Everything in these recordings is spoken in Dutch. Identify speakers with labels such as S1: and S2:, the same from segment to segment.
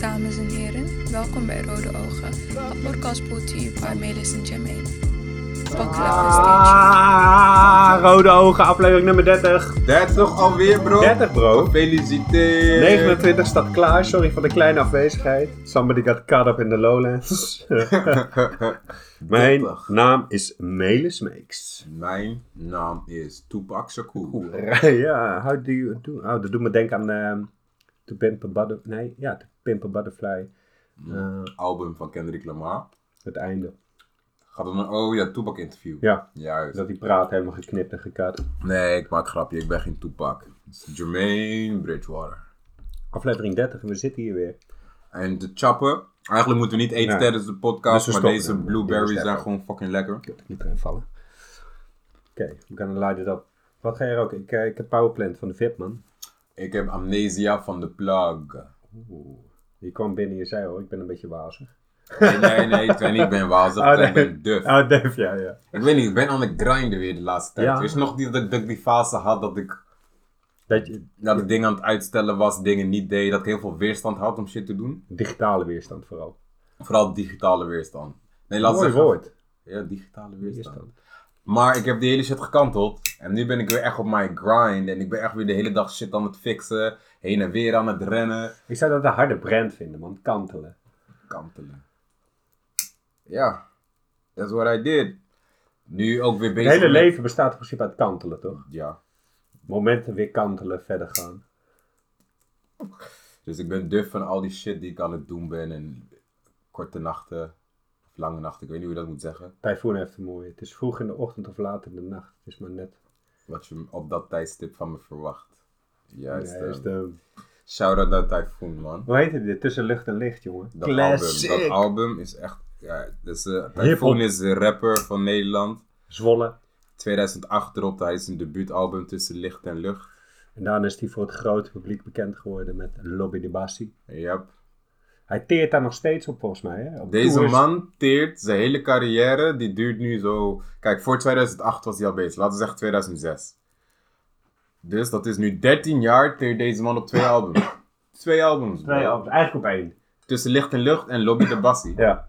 S1: dames en heren. Welkom bij Rode Ogen, a podcast brought to you by Melis en Jermaine. Buckle up and stage.
S2: Ah, rode ogen, aflevering nummer 30.
S3: 30 alweer, bro.
S2: 30 bro.
S3: Gefeliciteerd.
S2: 29 staat klaar, sorry voor de kleine afwezigheid. Somebody got caught up in the lowlands. Mijn
S3: 30.
S2: naam is Melis Meeks.
S3: Mijn naam is Tupac Shakur.
S2: ja, how do you do? Oh, dat doet me denken aan ehm To Pimp a Butterfly. Nee, ja, To Pimp a Butterfly. Eh,
S3: Album van Kendrick Lamar.
S2: het einde.
S3: Gaat het een oh ja, Tupac interview.
S2: Ja,
S3: Juist.
S2: dat die praat helemaal geknipt en gekat.
S3: Nee, ik maak grapje. Ik ben geen Tupac. Het is Jermaine Bridgewater.
S2: Aflevering 30 en we zitten hier weer.
S3: En de chappen. Eigenlijk moeten we niet eten
S2: Nee.
S3: tijdens de
S2: Dus
S3: podcast,
S2: we
S3: maar
S2: stoppen
S3: deze
S2: ermee. Dit
S3: blueberries
S2: is
S3: zijn
S2: lekker.
S3: gewoon fucking lekker.
S2: Ik heb het niet erin vallen. Oké, we gaan light it up. Wat ga je roken? Ik, eh, ik heb Powerplant van de VIP, man.
S3: Ik heb amnesia van de plug.
S2: Je kwam binnen en je zei, hoor, ik ben een beetje wazig.
S3: Nee, nee, nee, ik ben niet, ik ben wazig, ik ben duf.
S2: Oh, duf, ja, ja.
S3: Ik weet niet, ik ben aan het grinden weer de laatste tijd.
S2: Ja.
S3: Weet je nog die, dat, dat ik die fase had dat ik
S2: Dat je
S3: dat ik dingen aan het uitstellen was, dingen niet deed, dat ik heel veel weerstand had om shit te doen.
S2: digitale weerstand vooral.
S3: Vooral digitale weerstand. Nee, laat
S2: Mooi
S3: zeggen.
S2: woord.
S3: Ja, digitale weerstand.
S2: Weerstand.
S3: Maar ik heb die hele shit gekanteld. En nu ben ik weer echt op mijn grind. En ik ben echt weer de hele dag shit aan het fixen. Heen en weer aan het rennen.
S2: Ik zou dat een harde brand vinden, man. Kantelen.
S3: Kantelen. Ja, that's what I did. Nu ook weer
S2: Het
S3: bezig
S2: hele
S3: met-
S2: leven bestaat in principe uit kantelen, toch?
S3: Ja.
S2: Momenten weer kantelen, verder gaan.
S3: Dus ik ben duf van al die shit die ik aan het doen ben. En korte nachten. Of lange nachten. Ik weet niet hoe je dat moet zeggen.
S2: Typhoon heeft een mooie. Het is vroeg in de ochtend of laat in de nacht. Het is maar net.
S3: wat je op dat tijdstip van me verwacht. Juist.
S2: Ja,
S3: eh,
S2: is de-
S3: Shout out naar Typhoon, man.
S2: Hoe heette dit? Tussen lucht en licht, jongen.
S3: Dat album, dat album is echt. Ja, dus, eh,
S2: Hip-hop.
S3: Typhoon is de rapper van Nederland.
S2: Zwolle.
S3: 2008 dropte hij zijn debuutalbum Tussen Licht en Lucht.
S2: En daarna is hij voor het grote publiek bekend geworden met Lobby de Bassi.
S3: Yep.
S2: Hij teert daar nog steeds op, volgens mij. Hè? Op
S3: Deze
S2: tours.
S3: man teert zijn hele carrière. Die duurt nu zo. Kijk, voor 2008 was hij al bezig. Laten we zeggen 2006. Dus dat is nu 13 jaar teert deze man op twee albums. Twee albums. bro.
S2: Twee albums, eigenlijk op één.
S3: Tussen Licht en Lucht en Lobby de Bassie.
S2: Ja.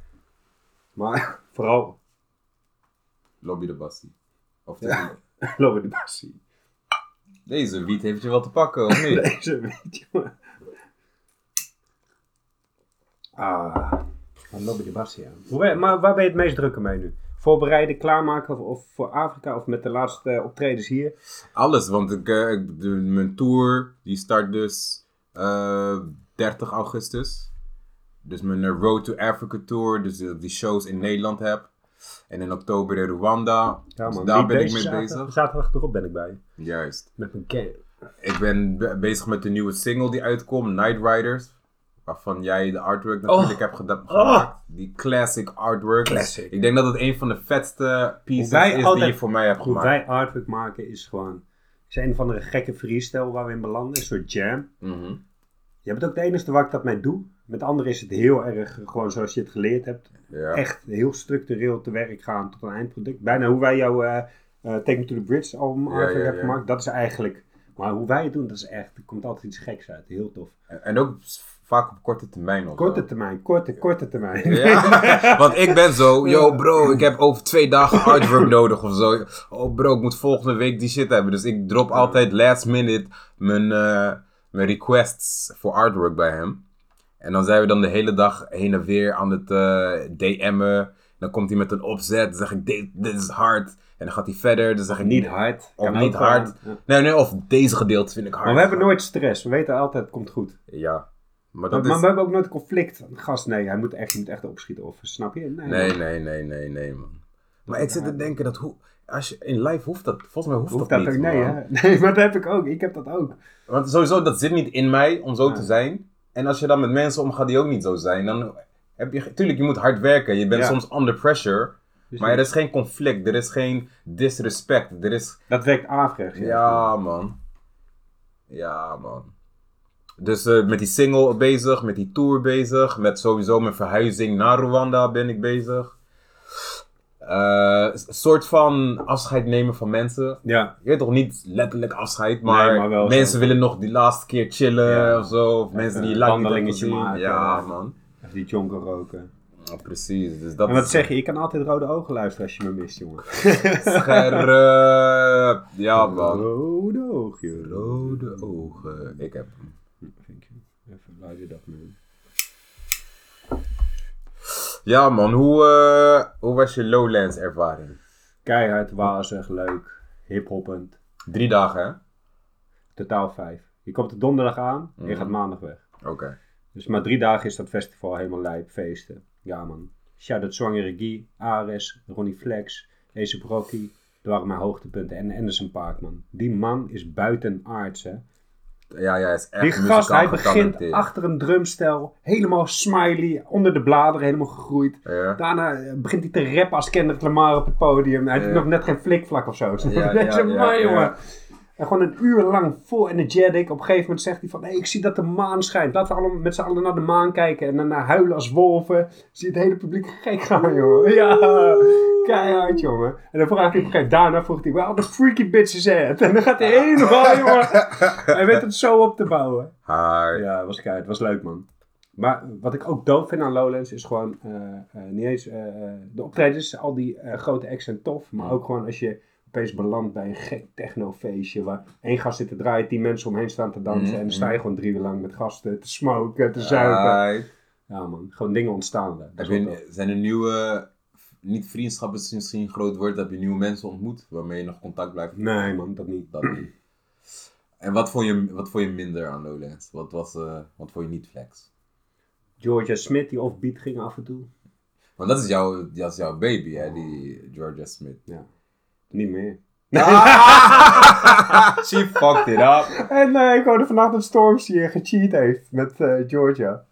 S2: Maar vooral
S3: Lobby de Bassie. Of de-
S2: Lobby de Bassi.
S3: Deze wiet heeft je wel te pakken, of niet?
S2: Deze weet je maar. Ah, maar Lobby de Bassi, ja. Hoe ben- maar waar ben je het meest drukker mee nu? Voorbereiden, klaarmaken of, of voor Afrika of met de laatste eh, optredens hier?
S3: Alles, want ik, eh, ik- de- mijn tour die start dus eh, 30 augustus. Dus mijn eh, Road to Africa tour, dus dat ik die shows in Nederland heb. En in oktober in Rwanda.
S2: Ja,
S3: dus
S2: man.
S3: daar
S2: Die-
S3: ben ik
S2: deze
S3: mee
S2: zaterdag-
S3: bezig.
S2: Zaterdag erop ben ik bij.
S3: Juist.
S2: Met mijn gang.
S3: Ik ben be- bezig met de nieuwe single die uitkomt, Night Riders. Waarvan jij de artwork natuurlijk
S2: Oh.
S3: hebt geda- gemaakt. Die classic artwork.
S2: Classic.
S3: Ik denk dat het een van de vetste pieces
S2: wij
S3: is
S2: altijd-
S3: die je voor mij hebt
S2: Hoe
S3: gemaakt.
S2: wij artwork maken is gewoon... is een of andere gekke freestyle waar we in belanden. Een soort jam.
S3: Mhm.
S2: Je bent ook de enige waar ik dat mee doe. Met anderen is het heel erg gewoon zoals je het geleerd hebt.
S3: Ja.
S2: Echt heel structureel te werk gaan tot een eindproduct. Bijna hoe wij jouw eh, eh, Take Me to the Bridge album
S3: Ja,
S2: artwork
S3: ja,
S2: hebben
S3: ja.
S2: gemaakt. Dat is eigenlijk... Maar hoe wij het doen, dat is echt... Er komt altijd iets geks uit. Heel tof.
S3: En- En ook s- vaak op korte termijn. of
S2: Korte
S3: zo.
S2: termijn, korte, korte termijn.
S3: Ja, want ik ben zo, yo bro, ik heb over twee dagen artwork nodig of zo. Oh bro, ik moet volgende week die shit hebben. Dus ik drop altijd last minute mijn, eh, mijn requests voor artwork bij hem. En dan zijn we dan de hele dag heen en weer aan het eh, DM'en. Dan komt hij met een opzet, dan zeg ik, dit, dit is hard. En dan gaat hij verder, dan zeg ik,
S2: Niet hard.
S3: Of
S2: Kan
S3: niet
S2: ook wel.
S3: hard.
S2: Ja.
S3: Nee, nee, of deze gedeelte vind ik hard.
S2: Maar we hebben nooit stress. We weten altijd, het komt goed.
S3: Ja, maar
S2: Maar,
S3: dat
S2: maar
S3: is...
S2: we hebben ook nooit conflict. Gast, nee, hij moet echt, je moet echt opschieten. Of snap je? Nee.
S3: Nee, nee, nee, nee, nee, man. Maar ik zit te denken dat hoe. Als je, in live hoeft dat. Volgens mij hoeft,
S2: Hoeft
S3: dat,
S2: dat ook?
S3: niet.
S2: Nee,
S3: man.
S2: hè? Nee, maar dat heb ik ook. Ik heb dat ook.
S3: Want sowieso, dat zit niet in mij om zo
S2: Ja.
S3: te zijn. En als je dan met mensen omgaat die ook niet zo zijn, dan heb je. Tuurlijk, je moet hard werken. Je bent
S2: Ja.
S3: soms under pressure.
S2: Dus
S3: Maar er is geen conflict. Er is geen disrespect. Er is.
S2: Dat werkt averechts. ja.
S3: Ja, man. Ja, man. Dus eh, met die single bezig, met die tour bezig, met sowieso mijn verhuizing naar Rwanda ben ik bezig. Eh, eh, s- soort van afscheid nemen van mensen.
S2: Ja,
S3: Je weet toch niet letterlijk afscheid, maar,
S2: Nee, maar wel
S3: mensen
S2: zo.
S3: willen nog die laatste keer chillen
S2: Ja.
S3: of zo. Of mensen die je lang niet hebben
S2: wandelingetje
S3: gezien.
S2: maken.
S3: Ja, man.
S2: echt die jonker roken.
S3: Ja, precies. Dus dat
S2: En wat
S3: is
S2: zeg je? Ik kan altijd rode ogen luisteren als je me mist, jongen.
S3: scherp. Ja, man.
S2: Rode oogje.
S3: Rode ogen. Ik heb hem.
S2: Thank you. Even luider dat man.
S3: Ja, man. Hoe, eh, hoe was je Lowlands ervaring?
S2: Keihard, wazig, leuk, hiphoppend.
S3: Drie dagen, hè?
S2: Totaal vijf. Je komt er donderdag aan en
S3: Mhm.
S2: je gaat maandag weg.
S3: Oké.
S2: Dus maar drie dagen is dat festival helemaal lijp, feesten. Ja man. Shout-out Zwangere Guy, Ares, Ronnie Flex, Ace Rocky. Dat waren mijn hoogtepunten. En Anderson Paak, man. Die man is buitenaards, hè.
S3: Ja, ja, hij is echt
S2: Die
S3: muzikaal
S2: gast, hij begint
S3: getalenteerd.
S2: achter een drumstel. Helemaal smiley, onder de bladeren, helemaal gegroeid.
S3: Ja.
S2: Daarna eh, begint hij te rappen als Kendrick Lamar op het podium. Hij
S3: Ja.
S2: doet nog net geen flikvlak of zo.
S3: ja,
S2: Deze
S3: ja,
S2: man,
S3: ja.
S2: jongen. En gewoon een uur lang vol energetic. Op een gegeven moment zegt hij van... Hey, ik zie dat de maan schijnt. Laten we allemaal met z'n allen naar de maan kijken. En daarna huilen als wolven. Zie het hele publiek gek gaan, jongen. Ja, keihard, jongen. En dan vraagt hij op een gegeven moment... Daarna vroeg hij... Well, the freaky bitch is at. En dan gaat hij helemaal, jongen. Hij weet het zo op te bouwen.
S3: Haar.
S2: Ja, het was keihard. Het was leuk, man. Maar wat ik ook doof vind aan Lowlands is gewoon eh, eh, niet eens eh, eh, de optredens, al die eh, grote acts zijn tof. Maar ook gewoon als je opeens belandt bij een gek technofeestje waar één gast zit te draaien, tien mensen omheen staan te dansen.
S3: Mhm.
S2: En dan sta je gewoon drie uur lang met gasten te smoken, te zuipen.
S3: Haar.
S2: Ja man, gewoon dingen ontstaan. daar.
S3: Heb
S2: Dat is wel tof.
S3: je, zijn er nieuwe, niet vriendschap is misschien een groot woord, heb je nieuwe mensen ontmoet waarmee je nog contact blijft?
S2: Nee man, dat niet.
S3: Dat niet. En wat vond, je, wat vond je minder aan Lowlands? Wat, was, eh, wat vond je niet flex?
S2: Georgia Smith die offbeat ging af en toe.
S3: Want dat is, jouw, dat is jouw baby, hè, die Georgia Smith.
S2: Ja, niet meer.
S3: She fucked it up.
S2: En eh, ik hoorde vandaag dat Storms hier gecheat heeft met eh, Georgia.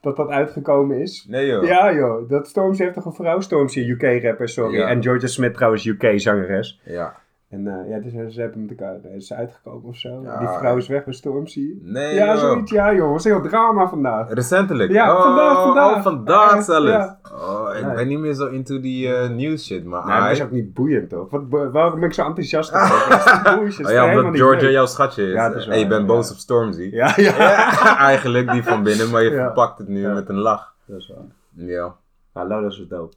S2: Dat dat uitgekomen is.
S3: Nee joh.
S2: Ja, joh. Dat Storms heeft toch een vrouw? Storms is UK-rapper, sorry.
S3: Ja.
S2: En Georgia Smith trouwens UK-zangeres.
S3: Ja.
S2: En eh, ja, dus ze hebben met elkaar eh, is ze uitgekomen of zo.
S3: Ja.
S2: Die vrouw is weg bij Stormzy.
S3: Nee
S2: ja,
S3: joh.
S2: zoiets. Ja, joh. was heel drama vandaag.
S3: Recentelijk?
S2: Ja,
S3: oh,
S2: vandaag, vandaag.
S3: Oh, vandaag
S2: Ja,
S3: zelfs.
S2: ja.
S3: Oh, ik
S2: Nee.
S3: ben niet meer zo into die eh, news shit, maar...
S2: Nee, maar dat is
S3: I-
S2: ook niet boeiend, toch? Wat, bo- waarom ben ik zo enthousiast over? Dat is toch bullshit?
S3: Oh
S2: Dat is toch
S3: ja,
S2: helemaal
S3: omdat
S2: niet
S3: Georgia
S2: leuk?
S3: jouw schatje is.
S2: Ja, dat is
S3: en je
S2: waar,
S3: bent
S2: ja.
S3: boos op Stormzy.
S2: Ja, ja.
S3: Ja, eigenlijk die van binnen, maar je
S2: Ja.
S3: verpakt het nu
S2: Ja.
S3: met een lach.
S2: Dat is waar.
S3: Ja.
S2: Nou, Lola is dope.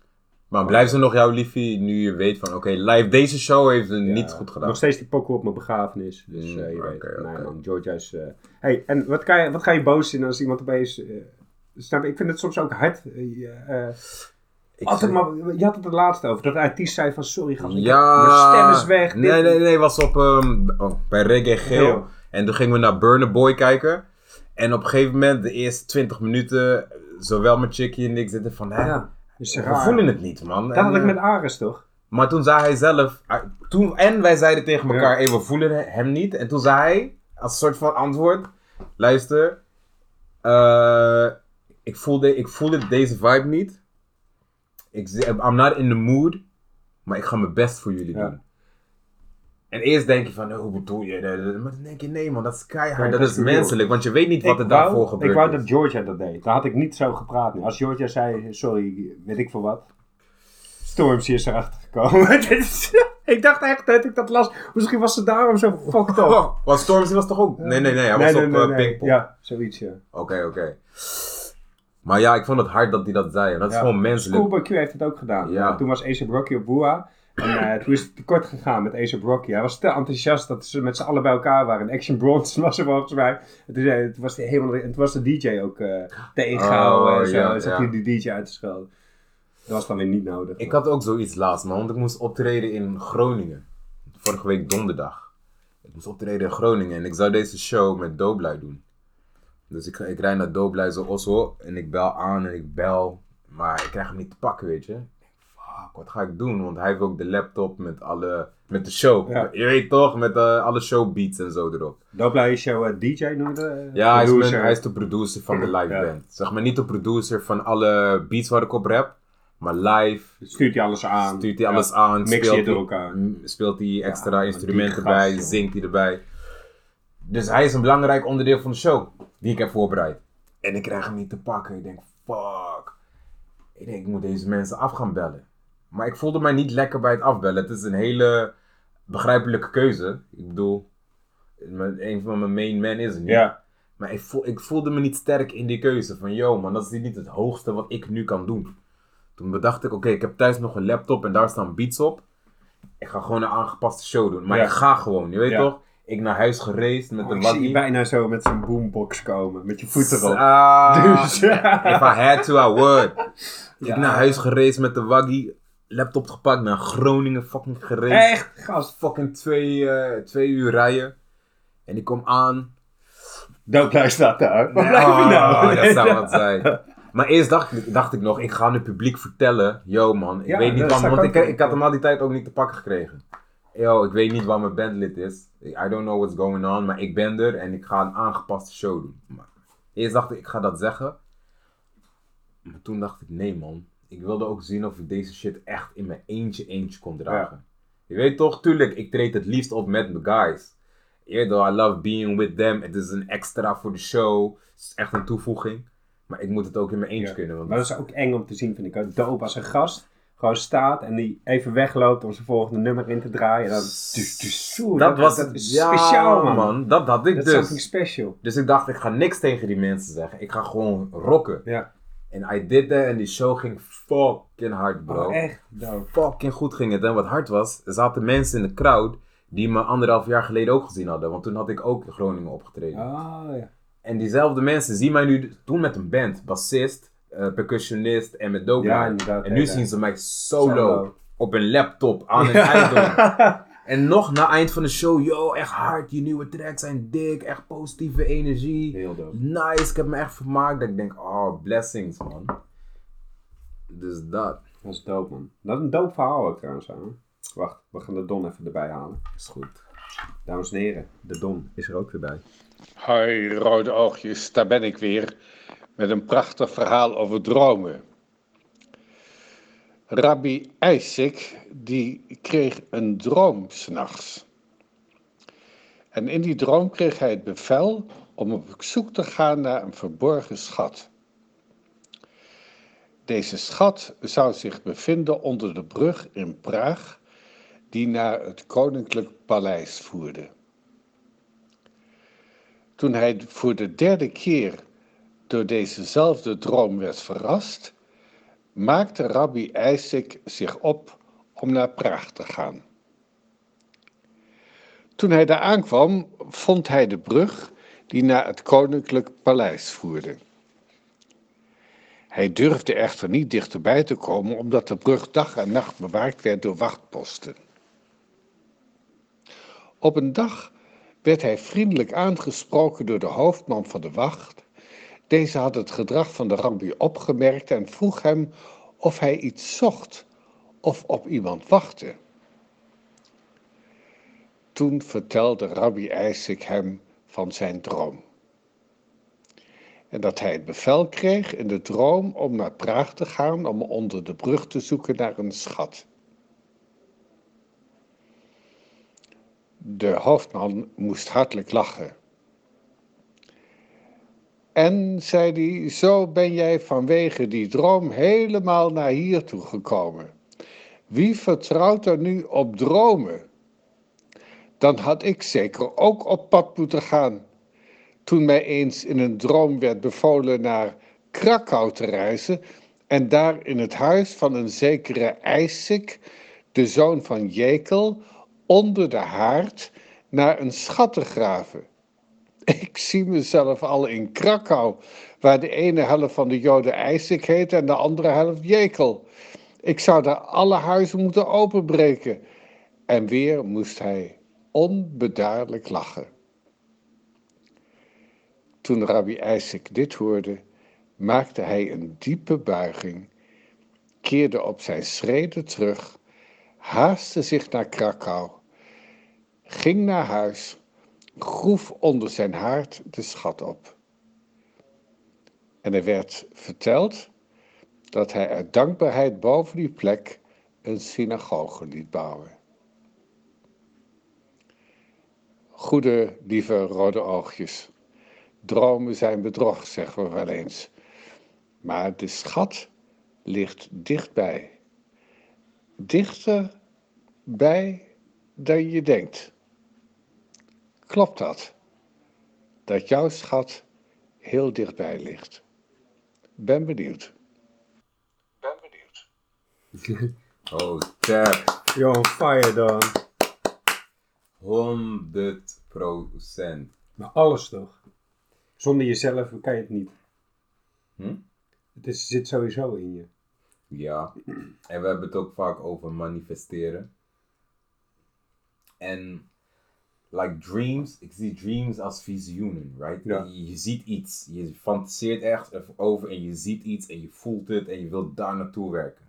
S3: Maar blijft ze nog jouw liefie nu je weet van, oké, live deze show heeft ze niet goed gedaan.
S2: Nog steeds die pokken op mijn begrafenis. Dus
S3: Mm,
S2: eh, je
S3: oké,
S2: weet. nee,
S3: oké.
S2: man, Georgia is. eh, hey, en wat ga, je, wat ga je boos zien als iemand opeens. eh, snap je? Ik vind het soms ook hard. eh, je, eh,
S3: Ik
S2: altijd
S3: zeg-
S2: maar, je had het er laatst over. Dat de artiest zei van sorry gast, ik
S3: Ja.
S2: heb- mijn stem is weg. dit-
S3: Nee, nee, nee, was op, ehm, oh, bij Reggae Geel.
S2: Geel.
S3: En toen gingen we naar Burner Boy kijken. En op een gegeven moment, de eerste 20 minuten, zowel mijn chickie en ik zitten van, hè,
S2: Ja, is
S3: we
S2: raar.
S3: voelen het niet, man.
S2: Dat
S3: En,
S2: had ik
S3: eh,
S2: met Ares toch?
S3: Maar toen zei hij zelf, ah, toen, en wij zeiden tegen elkaar,
S2: Ja.
S3: hey, we voelen hem niet. En toen zei hij, als soort van antwoord, luister, eh, ik, voelde, ik voelde deze vibe niet. Ik, z- I'm not in the mood, maar ik ga mijn best voor jullie
S2: Ja.
S3: doen. En eerst denk je van, "Oh, hoe bedoel je? dat? Maar dan denk je, nee man, dat is keihard,
S2: Nee,
S3: dat
S2: dat
S3: is
S2: is real.
S3: menselijk. Want je weet niet wat er
S2: Ik wou-
S3: daarvoor gebeurd
S2: Ik wou
S3: is.
S2: dat Georgia dat deed. Dan had ik niet zo gepraat nu. Als Georgia zei sorry, weet ik voor wat. Stormzy is erachter gekomen. Dit is- ik dacht echt dat ik dat las. Misschien was ze daarom zo fucked up.
S3: Oh, want Stormzy was toch ook? Nee, nee, nee, hij was op eh, Pinkpop.
S2: Ja, zoiets, ja.
S3: Oké, oké. Maar ja, ik vond het hard dat hij dat zei. En dat is
S2: Ja.
S3: gewoon menselijk.
S2: Schoolboy Q heeft het ook gedaan.
S3: Ja.
S2: Ja. Toen was A$AP Rocky op Boa. En eh, toen is het tekort gegaan met A$AP Rocky. Hij was te enthousiast dat ze met z'n allen bij elkaar waren. En Action Bronson was er volgens mij. En toen, zei- toen was hij helemaal, en toen was de DJ ook eh, tegengehouden.
S3: Oh,
S2: en zo.
S3: ja,
S2: en zat
S3: ja.
S2: hij die DJ uit te schelden. Dat was dan weer niet nodig.
S3: Ik had ook zoiets laatst, man. Want ik moest optreden in Groningen. Vorige week donderdag. Ik moest optreden in Groningen. En ik zou deze show met Doblui doen. Dus ik, ik rijd naar Doblui zo Oslo. En ik bel aan en ik bel. Maar ik krijg hem niet te pakken, weet je. Ik denk, Fuck, wat ga ik doen? Want hij heeft ook de laptop met alle... Met de show.
S2: Ja.
S3: Je weet toch? Met eh, alle showbeats en zo erop.
S2: Dat blijft jouw eh, DJ noemde. eh,
S3: Ja, hij is, mijn-
S2: producer.
S3: hij is de producer van de live
S2: Ja.
S3: band. Zeg maar niet de producer van alle beats waar ik op rap. Maar live
S2: Stuurt hij alles aan.
S3: stuurt hij
S2: Ja.
S3: alles aan.
S2: Mix je
S3: speelt
S2: het door
S3: hij-
S2: elkaar.
S3: m- Speelt hij extra
S2: maar die
S3: instrumenten
S2: gast,
S3: bij,
S2: joh.
S3: zingt hij erbij. Dus hij is een belangrijk onderdeel van de show. Die ik heb voorbereid. En ik krijg hem niet te pakken. Ik denk, fuck. Ik denk, ik moet deze mensen af gaan bellen. Maar ik voelde mij niet lekker bij het afbellen. Het is een hele begrijpelijke keuze. Ik bedoel, mijn- een van mijn main men is er niet.
S4: Ja.
S3: Maar ik, voel, ik voelde me niet sterk in die keuze. Van, yo man, dat is niet het hoogste wat ik nu kan doen. Toen bedacht ik, oké, ik heb thuis nog een laptop en daar staan beats op. Ik ga gewoon een aangepaste show doen. Maar
S4: Ja.
S3: ik ga gewoon, je weet
S4: Ja.
S3: toch? Ik naar huis geraced met
S2: Oh,
S3: een
S2: ik zie je
S3: waggie.
S2: bijna zo met zo'n boombox komen. Met je voeten erop.
S3: Ah.
S2: Dus
S3: If I had to, I would.
S2: Ja.
S3: Ik naar huis gereden met de waggie. Laptop gepakt, naar Groningen fucking gereden.
S2: Echt, gast.
S3: Fucking twee, eh, twee uur rijden. En ik kom aan.
S4: Doodluis staat daar. Waar blijf je
S3: Ah,
S4: nou?
S3: dat zou wat zijn. Maar eerst dacht, ik- dacht ik nog, ik ga aan het publiek vertellen. Yo man, ik
S2: Ja,
S3: weet niet
S2: dat
S3: waar,
S2: zou
S3: want ik,
S2: ik ook
S3: ik had hem al die tijd ook niet te pakken gekregen. Yo, ik weet niet waar mijn bandlid is. I don't know what's going on, maar ik ben er en ik ga een aangepaste show doen. Maar eerst dacht ik, ik ga dat zeggen. Maar toen dacht ik, nee man. Ik wilde ook zien of ik deze shit echt in mijn eentje eentje kon dragen. Je weet toch, tuurlijk, ik treed het liefst op met mijn guys. Eerder, I love being with them. Het is een extra voor de show. Het is echt een toevoeging. Maar ik moet het ook in mijn eentje
S2: Ja.
S3: kunnen. Want
S2: Maar dat is ook eng om te zien, vind ik. ook. Dope als een gast gewoon staat en die even wegloopt om zijn volgende nummer in te draaien. en Dan, dus, dus, zo,
S3: dat, was
S2: dat is
S3: ja,
S2: speciaal, man.
S3: Dat had ik
S2: Dat is something
S3: dus.
S2: special.
S3: Dus ik dacht, ik ga niks tegen die mensen zeggen. Ik ga gewoon rocken.
S2: Ja.
S3: En I did that en die show ging fucking hard, bro.
S2: Oh, echt dope.
S3: fucking goed ging het. En wat hard was, er zaten mensen in de crowd die me anderhalf jaar geleden ook gezien hadden. Want toen had ik ook in Groningen opgetreden.
S2: Oh, ja.
S3: En diezelfde mensen zien mij nu, toen met een band, bassist, eh, percussionist en met dope.
S2: Ja, inderdaad,
S3: en nu
S2: ja,
S3: zien
S2: ja.
S3: ze mij solo,
S2: Solo.
S3: op een laptop aan een eind. En nog na eind van de show, yo, echt hard, je nieuwe tracks zijn dik, echt positieve energie.
S2: Heel dope.
S3: Nice, ik heb me echt vermaakt. Dat ik denk, oh, blessings man. Dus dat
S2: Dat is dope, man. Dat is een dope verhaal ook trouwens. Hè? Wacht, we gaan de Don even erbij halen.
S3: is goed.
S2: Dames en heren, de Don is er ook weer bij.
S5: Hoi, rode oogjes, daar ben ik weer met een prachtig verhaal over dromen. Rabbi Isaac, die kreeg een droom s'nachts. En in die droom kreeg hij het bevel om op zoek te gaan naar een verborgen schat. Deze schat zou zich bevinden onder de brug in Praag, die naar het koninklijk paleis voerde. Toen hij voor de derde keer door dezezelfde droom werd verrast, maakte Rabbi Isaac zich op om naar Praag te gaan. Toen hij daar aankwam, vond hij de brug die naar het koninklijk paleis voerde. Hij durfde echter niet dichterbij te komen, omdat de brug dag en nacht bewaakt werd door wachtposten. Op een dag werd hij vriendelijk aangesproken door de hoofdman van de wacht. Deze had het gedrag van de rabbi opgemerkt en vroeg hem of hij iets zocht of op iemand wachtte. Toen vertelde rabbi Isaac hem van zijn droom. En dat hij het bevel kreeg in de droom om naar Praag te gaan om onder de brug te zoeken naar een schat. De hoofdman moest hartelijk lachen. En, zei hij, zo ben jij vanwege die droom helemaal naar hier toe gekomen. Wie vertrouwt er nu op dromen? Dan had ik zeker ook op pad moeten gaan. Toen mij eens in een droom werd bevolen naar Krakau te reizen en daar in het huis van een zekere Isaac, de zoon van Jekel, onder de haard naar een schat te graven. Ik zie mezelf al in Krakau, waar de ene helft van de Joden Isaac heet en de andere helft Jekel. Ik zou daar alle huizen moeten openbreken. En weer moest hij onbedaardelijk lachen. Toen Rabbi Isaac dit hoorde, maakte hij een diepe buiging, keerde op zijn schreden terug haastte zich naar Krakau, ging naar huis, groef onder zijn haard de schat op. En er werd verteld dat hij uit dankbaarheid boven die plek een synagoge liet bouwen. Goede, lieve rode oogjes. Dromen zijn bedrog, zeggen we wel eens. Maar de schat ligt dichtbij dichter bij dan je denkt. Klopt dat? Dat jouw schat heel dichtbij ligt. Ben benieuwd. Ben benieuwd.
S3: Oh, tap.
S2: Yo, fire dan.
S3: 100 procent.
S2: Maar alles toch? Zonder jezelf kan je het niet.
S3: Hm?
S2: Het is, zit sowieso in je.
S3: Ja, en we hebben het ook vaak over manifesteren. En, like dreams, ik zie dreams als visioenen, right?
S2: Ja.
S3: Je, je ziet iets, je fantaseert ergens over en je ziet iets en je voelt het en je wilt daar naartoe werken.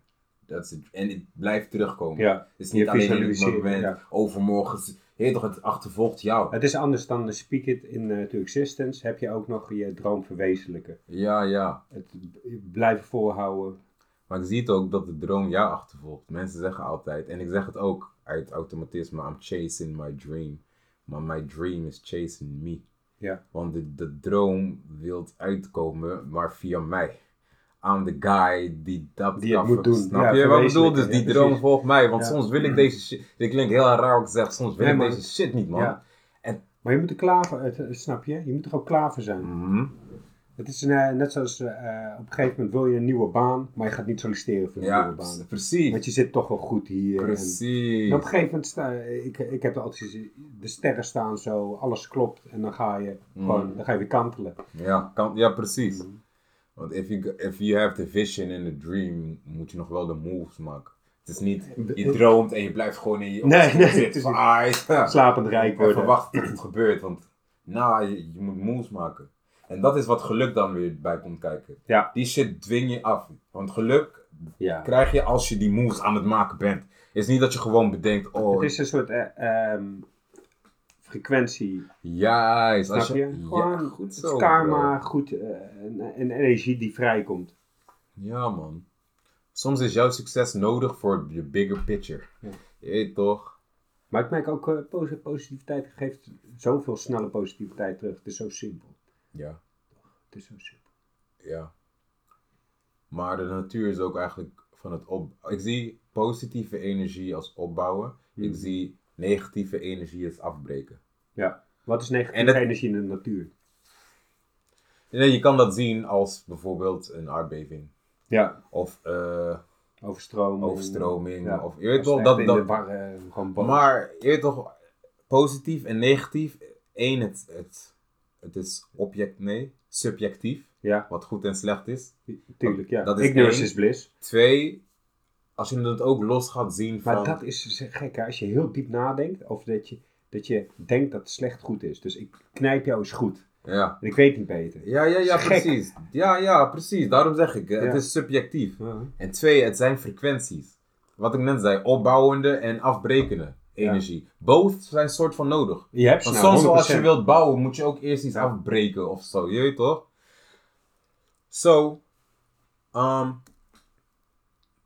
S3: Dat is het. En het blijft terugkomen.
S2: Ja,
S3: het is
S2: je
S3: niet alleen in het
S2: visualiseert,
S3: moment,
S2: ja.
S3: overmorgen, is- heet toch, het achtervolgt jou.
S2: Het is anders dan de speak it in eh, to existence. Heb je ook nog je droom verwezenlijken.
S3: Ja, ja.
S2: Het b- blijven volhouden.
S3: Maar ik zie het ook dat de droom jou achtervolgt. Mensen zeggen altijd, en ik zeg het ook uit automatisme, I'm chasing my dream. Maar my dream is chasing me.
S2: Ja.
S3: Want de, de droom wil uitkomen, maar via mij. I'm the guy die dat
S2: Die het
S3: kan
S2: moet
S3: ver-
S2: doen.
S3: Snap
S2: Ja,
S3: je wat ik bedoel? Dus
S2: verwezenlijken.
S3: die
S2: Ja,
S3: droom
S2: precies.
S3: volgt mij. Want
S2: Ja.
S3: soms wil ik deze shit. Dit klinkt heel raar wat ik zeg. Soms wil
S2: Nee,
S3: ik
S2: man.
S3: deze shit niet, man.
S2: Ja. Maar je moet er klaar voor, het, het- snap je? Je moet er ook klaar voor zijn.
S3: Mhm.
S2: Het is een, eh, net zoals eh, eh, op een gegeven moment wil je een nieuwe baan, maar je gaat niet solliciteren voor een
S3: Ja,
S2: nieuwe baan.
S3: precies.
S2: Want je zit toch wel goed hier. en-
S3: Precies.
S2: En op een gegeven moment, sta, ik, ik heb er altijd zoiets- de sterren staan zo, alles klopt en dan ga je
S3: Mm.
S2: gewoon, dan ga je weer kantelen.
S3: Ja, kan, ja precies.
S2: Mhm.
S3: Want if you, if you have the vision and the dream, moet je nog wel de moves maken. Het is niet, je droomt en je blijft gewoon in je
S2: Nee,
S3: zitten
S2: nee, het is
S3: zitten. Ah,
S2: niet-
S3: Van,
S2: Slapend rijk
S3: en
S2: worden.
S3: verwacht tot het gebeurt, want nou, je, je moet moves maken. En dat is wat geluk dan weer bij komt kijken.
S2: Ja.
S3: Die shit dwing je af. Want geluk
S2: Ja.
S3: krijg je als je die moves aan het maken bent. Het is niet dat je gewoon bedenkt, oh,
S2: Het is een soort eh, ehm, frequentie,
S3: juist.
S2: snap
S3: Als
S2: je?
S3: je,
S2: Gewoon,
S3: ja, goed
S2: het
S3: zo,
S2: is
S3: bro.
S2: karma, goed, eh, een, een energie die vrijkomt.
S3: Ja, man. Soms is jouw succes nodig voor je bigger picture.
S2: Ja.
S3: Je weet toch?
S2: Maar ik merk ook, eh, posi- positiviteit geeft zoveel snelle positiviteit terug. Het is zo simpel.
S3: Ja,
S2: Het is zo simpel.
S3: ja. Maar de natuur is ook eigenlijk van het op. Ik zie positieve energie als opbouwen. Ik zie negatieve energie als afbreken.
S2: Ja. Wat is
S3: En
S2: negatieve
S3: dat-
S2: energie in de natuur?
S3: Nee, je kan dat zien als bijvoorbeeld een aardbeving.
S2: Ja.
S3: Of eh,
S2: Overstroming.
S3: overstroming.
S2: Ja.
S3: Of, je weet
S2: Als
S3: toch,
S2: het
S3: dat,
S2: echt in
S3: dat,
S2: de war, eh, gewoon boos.
S3: Maar je weet toch, positief en negatief. Eén, het, het, het is object, nee, subjectief.
S2: Ja,
S3: Wat goed en slecht is.
S2: tuurlijk. Ja.
S3: Dat is
S2: Ignorance
S3: één.
S2: is bliss.
S3: Twee, als je het ook los gaat zien
S2: Maar
S3: van...
S2: dat is dus gek. hè. Als je heel diep nadenkt over dat je, dat je denkt dat slecht goed is. Dus ik knijp jou is goed.
S3: Ja,
S2: En ik weet niet beter.
S3: ja, ja, ja
S2: Gek.
S3: precies. Ja, ja, precies. Daarom zeg ik, hè,
S2: Ja.
S3: het is subjectief.
S2: Ja.
S3: En twee, het zijn frequenties. Wat ik net zei, opbouwende en afbrekende energie. Both zijn soort van nodig.
S2: Je hebt ze
S3: Want
S2: nou,
S3: soms als je
S2: 100%.
S3: wilt bouwen, moet je ook eerst iets afbreken of zo. Je weet toch? Zo. ehm,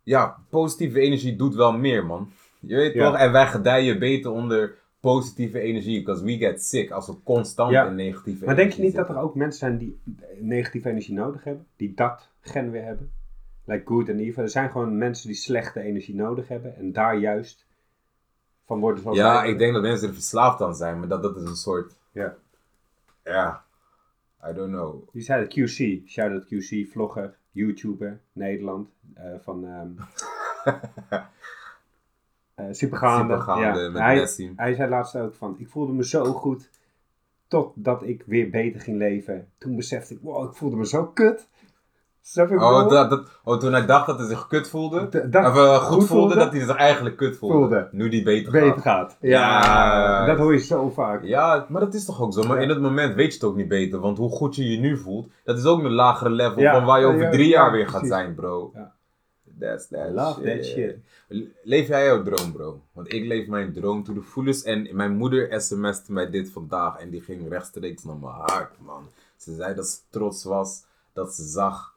S3: ja, positieve energie doet wel meer, man. Je weet
S2: Ja.
S3: toch? En wij gedijen beter onder positieve energie. Because we get sick als we constant
S2: Ja.
S3: in negatieve
S2: Maar denk
S3: energie
S2: je niet dat
S3: zitten.
S2: er ook mensen zijn die eh, negatieve energie nodig hebben? Die dat gen weer hebben? Like good en evil. Er zijn gewoon mensen die slechte energie nodig hebben. En daar juist van worden zoals
S3: Ja,
S2: wij.
S3: ik denk dat mensen er verslaafd aan zijn. Maar dat, dat is een soort...
S2: Ja.
S3: Ja. I don't know.
S2: Die zei dat QC. Shout-out QC, vlogger, YouTuber, Nederland. eh, van... ehm eh, supergaande.
S3: Supergaande met
S2: hij,
S3: Nessie.
S2: hij zei laatst ook van... Ik voelde me zo goed... Totdat ik weer beter ging leven. Toen besefte ik... Wow, ik voelde me zo kut. Snap je wat ik
S3: Oh,
S2: bedoel?
S3: dat, dat, oh, toen hij dacht dat hij zich kut voelde.
S2: D- dat-
S3: of eh, goed,
S2: goed
S3: voelde,
S2: voelde.
S3: dat hij zich eigenlijk kut voelde.
S2: Voelde.
S3: Nu die beter,
S2: beter
S3: gaat.
S2: gaat.
S3: Ja.
S2: Dat hoor je zo vaak.
S3: Ja, maar dat is toch ook zo. Maar
S2: Ja.
S3: in dat moment weet je het ook niet beter. Want hoe goed je je nu voelt, dat is ook een lagere level
S2: Ja,
S3: van waar je over
S2: ja,
S3: drie
S2: ja,
S3: jaar weer gaat
S2: precies.
S3: zijn, bro.
S2: Ja.
S3: That's that
S2: I love
S3: shit.
S2: that shit.
S3: Le- Leef jij jouw droom, bro? Want ik leef mijn droom to the fullest. En mijn moeder sms'te mij dit vandaag. En die ging rechtstreeks naar mijn hart, man. Ze zei dat ze trots was. Dat ze zag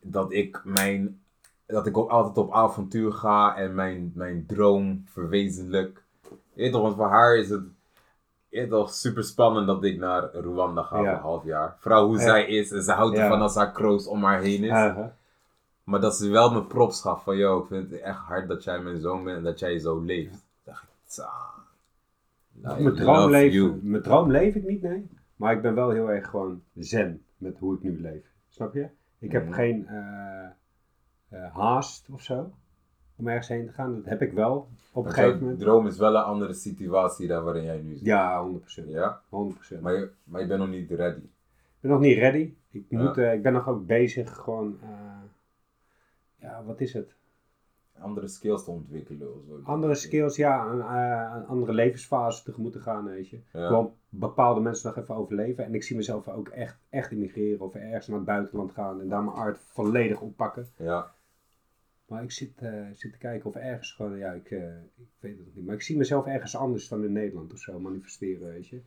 S3: dat ik mijn... Dat ik ook altijd op avontuur ga. En mijn, mijn droom verwezenlijk. Je weet toch, want voor haar is het... je weet toch super spannend dat ik naar Rwanda ga
S2: Ja.
S3: voor een half jaar. Vooral hoe
S2: Ja.
S3: zij is. En ze houdt
S2: Ja.
S3: ervan als haar kroos om haar heen is.
S2: Aha.
S3: Maar dat ze wel mijn props gaf van, yo, ik vind het echt hard dat jij mijn zoon bent en dat jij zo leeft. dacht ik, tja. I
S2: Mijn droom,
S3: Nou, love
S2: leef,
S3: you.
S2: mijn droom leef ik niet, nee. Maar ik ben wel heel erg gewoon zen met hoe ik nu leef. Snap je? Ik heb
S3: Mhm.
S2: geen eh, eh, haast of zo om ergens heen te gaan. Dat heb ik wel op een
S3: Want
S2: gegeven
S3: jouw
S2: moment.
S3: droom is wel een andere situatie dan waarin jij nu zit.
S2: Ja, 100%.
S3: Ja?
S2: 100%.
S3: Maar, je, maar je bent nog niet ready.
S2: Ik ben nog niet ready. Ik,
S3: Ja.
S2: moet, eh, ik ben nog ook bezig gewoon... eh, ja, wat is het?
S3: Andere skills te ontwikkelen of zo.
S2: Andere skills, ja. Een, eh, een andere levensfase tegemoet te gaan, weet je.
S3: Ja.
S2: Gewoon bepaalde mensen nog even overleven. En ik zie mezelf ook echt, echt immigreren of ergens naar het buitenland gaan en daar mijn art volledig oppakken.
S3: Ja.
S2: Maar ik zit, eh, zit te kijken of ergens gewoon, ja, ik, eh, ik weet het nog niet. Maar ik zie mezelf ergens anders dan in Nederland of zo manifesteren, weet je.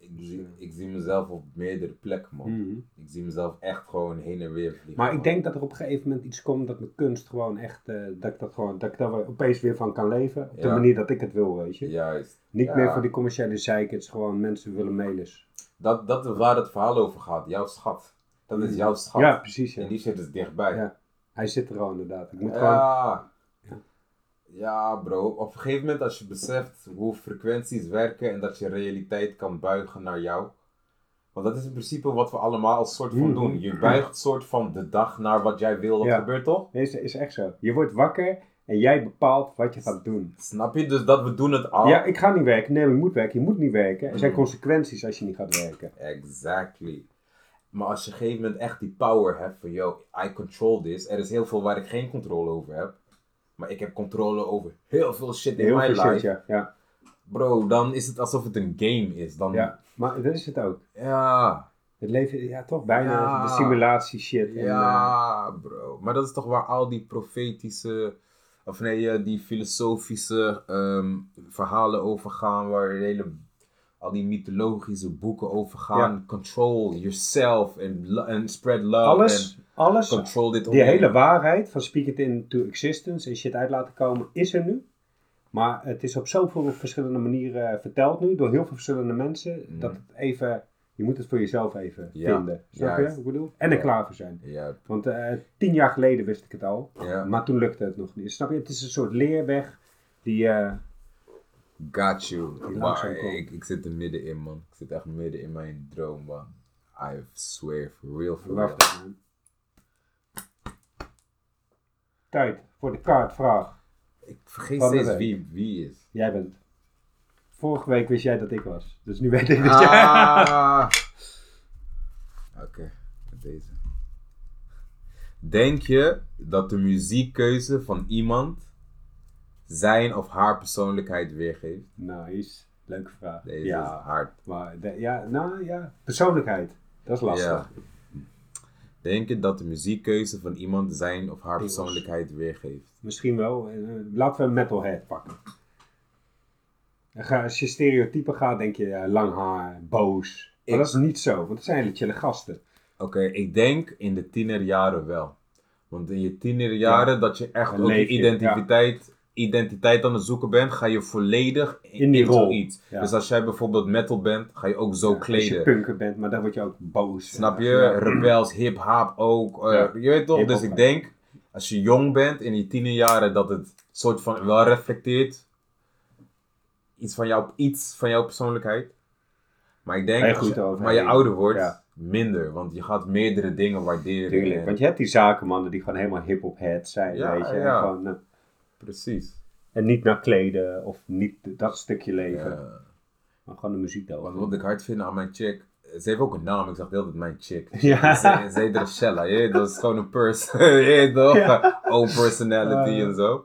S3: Ik zie, ik zie mezelf op meerdere plekken, man.
S2: Mhm.
S3: Ik zie mezelf echt gewoon heen en weer vliegen.
S2: Maar ik
S3: man.
S2: denk dat er op een gegeven moment iets komt dat mijn kunst gewoon echt, eh, dat ik dat gewoon, dat ik daar wel opeens weer van kan leven. Op de
S3: Ja.
S2: manier dat ik het wil, weet je.
S3: Juist.
S2: Niet
S3: Ja.
S2: meer van die commerciële zeik, het is gewoon mensen willen melis.
S3: Dat, dat is waar het verhaal over gaat. Jouw schat. Dat is jouw schat.
S2: Hmm. Ja, precies. ja.
S3: En die zit dus dichtbij.
S2: Ja. Hij zit er al inderdaad. Ik moet gewoon
S3: Ja. Ja, bro. Op een gegeven moment als je beseft hoe frequenties werken en dat je realiteit kan buigen naar jou. Want dat is in principe wat we allemaal als soort van
S2: Mhm.
S3: doen. Je buigt soort van de dag naar wat jij wil dat
S2: Ja.
S3: gebeurt, toch?
S2: Nee, is, is echt zo. Je wordt wakker en jij bepaalt wat je gaat doen.
S3: Snap je? Dus dat we doen het al.
S2: Ja, ik ga niet werken. Nee, maar je moet werken. Je moet niet werken. Er zijn
S3: Mm.
S2: consequenties als je niet gaat werken.
S3: Exactly. Maar als je op een gegeven moment echt die power hebt van, yo, I control this. Er is heel veel waar ik geen controle over heb. Maar ik heb controle over heel veel shit in
S2: Heel
S3: mijn
S2: veel shit,
S3: life.
S2: ja. ja.
S3: Bro, dan is het alsof het een game is. Dan,
S2: ja. Maar dat is het ook.
S3: ja.
S2: Het leven, ja, toch bijna
S3: Ja.
S2: de simulatie shit. En, eh,
S3: Ja, bro. Maar dat is toch waar al die profetische, of nee, eh, die filosofische ehm, verhalen over gaan, waar de hele, al die mythologische boeken over gaan. Control yourself en lo- en spread love.
S2: eh, alles,
S3: en
S2: alles,
S3: Control dit
S2: die
S3: om-
S2: hele waarheid van speak it into existence en shit uit laten komen, is er nu. Maar het is op zoveel verschillende manieren verteld nu, door heel veel verschillende mensen,
S3: Mm.
S2: dat het even, je moet het voor jezelf even
S3: Ja,
S2: vinden. Snap je
S3: juist.
S2: wat ik bedoel? En er
S3: Ja.
S2: klaar voor zijn.
S3: Ja,
S2: Want eh, tien jaar geleden wist ik het al,
S3: ja.
S2: maar toen lukte het nog niet. Snap je? Het is een soort leerweg die... eh,
S3: Got you.
S2: langzaam
S3: Maar
S2: komt.
S3: ik, ik zit er middenin, man. Ik zit echt midden in mijn droom, man. I swear, for real, for real.
S2: wacht even, man. Tijd voor de kaartvraag.
S3: Ik vergeet
S2: Van de
S3: steeds
S2: week.
S3: wie, wie is.
S2: Jij bent. Vorige week wist jij dat ik was, dus nu weet ik dat jij...
S3: Ah. Oké, deze. Denk je dat de muziekkeuze van iemand zijn of haar persoonlijkheid weergeeft?
S2: Nice. Leuke vraag.
S3: Deze
S2: ja,
S3: is hard.
S2: maar de- ja, nou ja, persoonlijkheid. Dat is lastig.
S3: Ja. Denk je dat de muziekkeuze van iemand zijn of haar
S2: Engels.
S3: persoonlijkheid weergeeft?
S2: Misschien wel. eh, Laten we een metalhead pakken. En ga- Als je stereotypen gaat, denk je eh, lang haar, boos. Maar
S3: Ik-
S2: dat is niet zo, want het zijn hele chille gasten.
S3: Oké, ik denk in de tienerjaren wel. Want in je tienerjaren dat je echt
S2: Dan
S3: ook je
S2: leef je,
S3: identiteit, identiteit aan het zoeken bent, ga je volledig in,
S2: In die
S3: into
S2: rol.
S3: iets.
S2: Ja.
S3: Dus als jij bijvoorbeeld metal bent, ga je ook zo
S2: Als je
S3: kleden.
S2: punker bent, maar dan word je ook boos.
S3: Snap
S2: Ja,
S3: je?
S2: ja.
S3: Rebels, hip-hop ook. eh,
S2: Ja.
S3: Je weet toch?
S2: Hip-hop
S3: Dus ik
S2: ook.
S3: denk, als je jong bent in je tienerjaren, dat het soort van wel reflecteert iets van, jou, iets van jouw persoonlijkheid. Maar ik denk,
S2: Heel
S3: als
S2: goed
S3: je-
S2: overheen.
S3: maar je ouder wordt,
S2: Ja.
S3: minder. Want je gaat meerdere dingen waarderen.
S2: Tuurlijk,
S3: en-
S2: want je hebt die zakenmannen die gewoon helemaal hip-hop head zijn,
S3: Ja,
S2: weet je. En,
S3: ja.
S2: gewoon, eh,
S3: Precies.
S2: en niet naar kleden of niet dat stukje leven.
S3: Ja.
S2: Maar gewoon de muziek
S3: Wat,
S2: daarover.
S3: wat ik hard vind aan mijn chick. Ze heeft ook een naam, ik zag de hele tijd mijn chick.
S2: Ja.
S3: Ze, ze heet Rochella, je weet, dat is gewoon een person. je weet toch? Own personality
S2: Ja.
S3: en zo.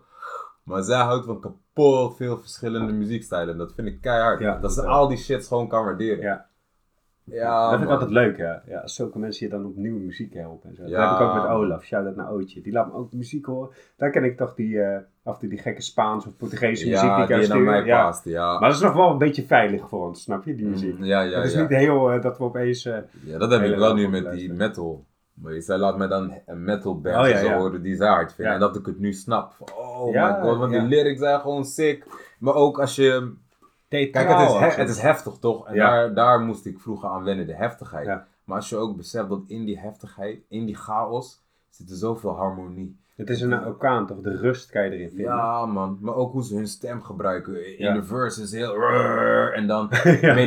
S3: Maar zij houdt van kapot veel verschillende muziekstijlen. En dat vind ik keihard.
S2: Ja,
S3: dat ze
S2: dat ook.
S3: al die shit gewoon kan waarderen.
S2: Ja.
S3: Ja,
S2: dat vind ik
S3: man.
S2: altijd leuk, hè? Ja, als zulke mensen je dan op nieuwe muziek helpen. En zo. Dat
S3: Ja.
S2: heb ik ook met Olaf. Shout-out naar Ootje. Die laat me ook muziek horen. Daar ken ik toch die, eh af en toe die gekke Spaans of Portugese muziek
S3: ja,
S2: die ik aan
S3: die naar
S2: sturen.
S3: mij
S2: ja.
S3: past. Ja,
S2: Maar dat is nog wel een beetje veilig voor ons, snap je, die muziek.
S3: Mm, ja, ja,
S2: het is
S3: ja.
S2: niet heel eh, dat we opeens... eh,
S3: ja, dat heb
S2: Hele
S3: ik wel nu
S2: welkom
S3: met die
S2: luisteren.
S3: metal. Maar zij laat mij dan een metal band
S2: Oh, ja,
S3: zo
S2: ja.
S3: horen die zij hard vindt.
S2: Ja.
S3: En dat ik het nu snap. Van, Oh
S2: Ja,
S3: my god, want
S2: ja.
S3: die lyrics zijn gewoon sick. Maar ook als je Kijk, het is,
S2: theatraal,
S3: he-
S2: hè?
S3: het is heftig toch? En
S2: Ja.
S3: daar, daar moest ik vroeger aan wennen, de heftigheid.
S2: Ja.
S3: Maar als je ook beseft dat in die heftigheid, in die chaos, zit er zoveel harmonie.
S2: Het is een orkaan toch? De rust kan je erin vinden.
S3: Ja, man. Maar ook hoe ze hun stem gebruiken. In
S2: Ja.
S3: de verse is heel... En dan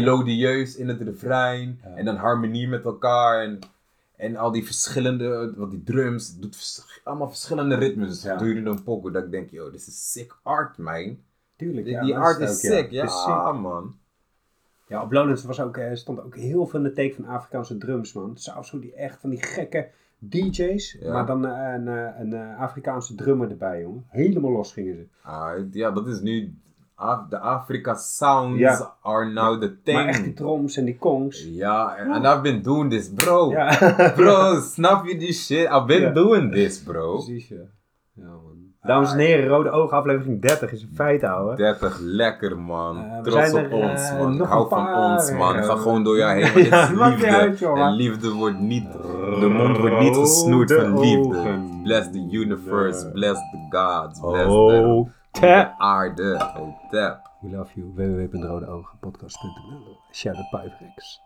S3: melodieus in het refrein. En dan harmonie met elkaar. En, en al die verschillende... Want die drums het doet vers- allemaal verschillende ritmes.
S2: Ja.
S3: Gedurende een pokoe. Dat ik denk, yo, dit is sick art, man.
S2: Tuurlijk,
S3: Die,
S2: ja,
S3: die
S2: dat
S3: art
S2: het
S3: is
S2: ook,
S3: sick. Ja, ah,
S2: Het is sick.
S3: man.
S2: Ja, op Lowlands was ook, eh, stond ook heel veel in de teken van Afrikaanse drums, man. Zelfs hoe die echt van die gekke DJ's,
S3: Ja.
S2: maar dan eh, een, eh, een eh, Afrikaanse drummer erbij, jongen. Helemaal los gingen ze.
S3: Ah, ja, dat is nu... Af- De Afrika sounds
S2: Ja.
S3: are now the
S2: Maar echt die
S3: thing.
S2: drums en die kongs.
S3: Ja, en I've been doing this, bro.
S2: Ja, Oh.
S3: Bro, snap je die shit? I've been
S2: Ja.
S3: doing this, bro.
S2: precies, ja. Ja, man. Ah. Dames en heren, Rode Ogen, aflevering 30 is een feit, ouwe.
S3: 30, lekker man.
S2: Eh, we
S3: Trots
S2: zijn
S3: op
S2: er, eh,
S3: ons, man. Ik
S2: nog
S3: hou
S2: een
S3: van
S2: paar,
S3: ons, man.
S2: eh,
S3: Ga gewoon door jou heen. want
S2: Ja,
S3: dit is
S2: maakt niet
S3: liefde.
S2: uit, joh,
S3: en
S2: man.
S3: liefde wordt niet. De mond wordt niet gesnoeid van
S2: Rode
S3: liefde.
S2: ogen.
S3: Bless the universe, bless the gods, bless the,
S2: Oh, tap.
S3: de aarde. Oh, tap.
S2: We love you. www.rodeogenpodcast.nl Shout out Piperex.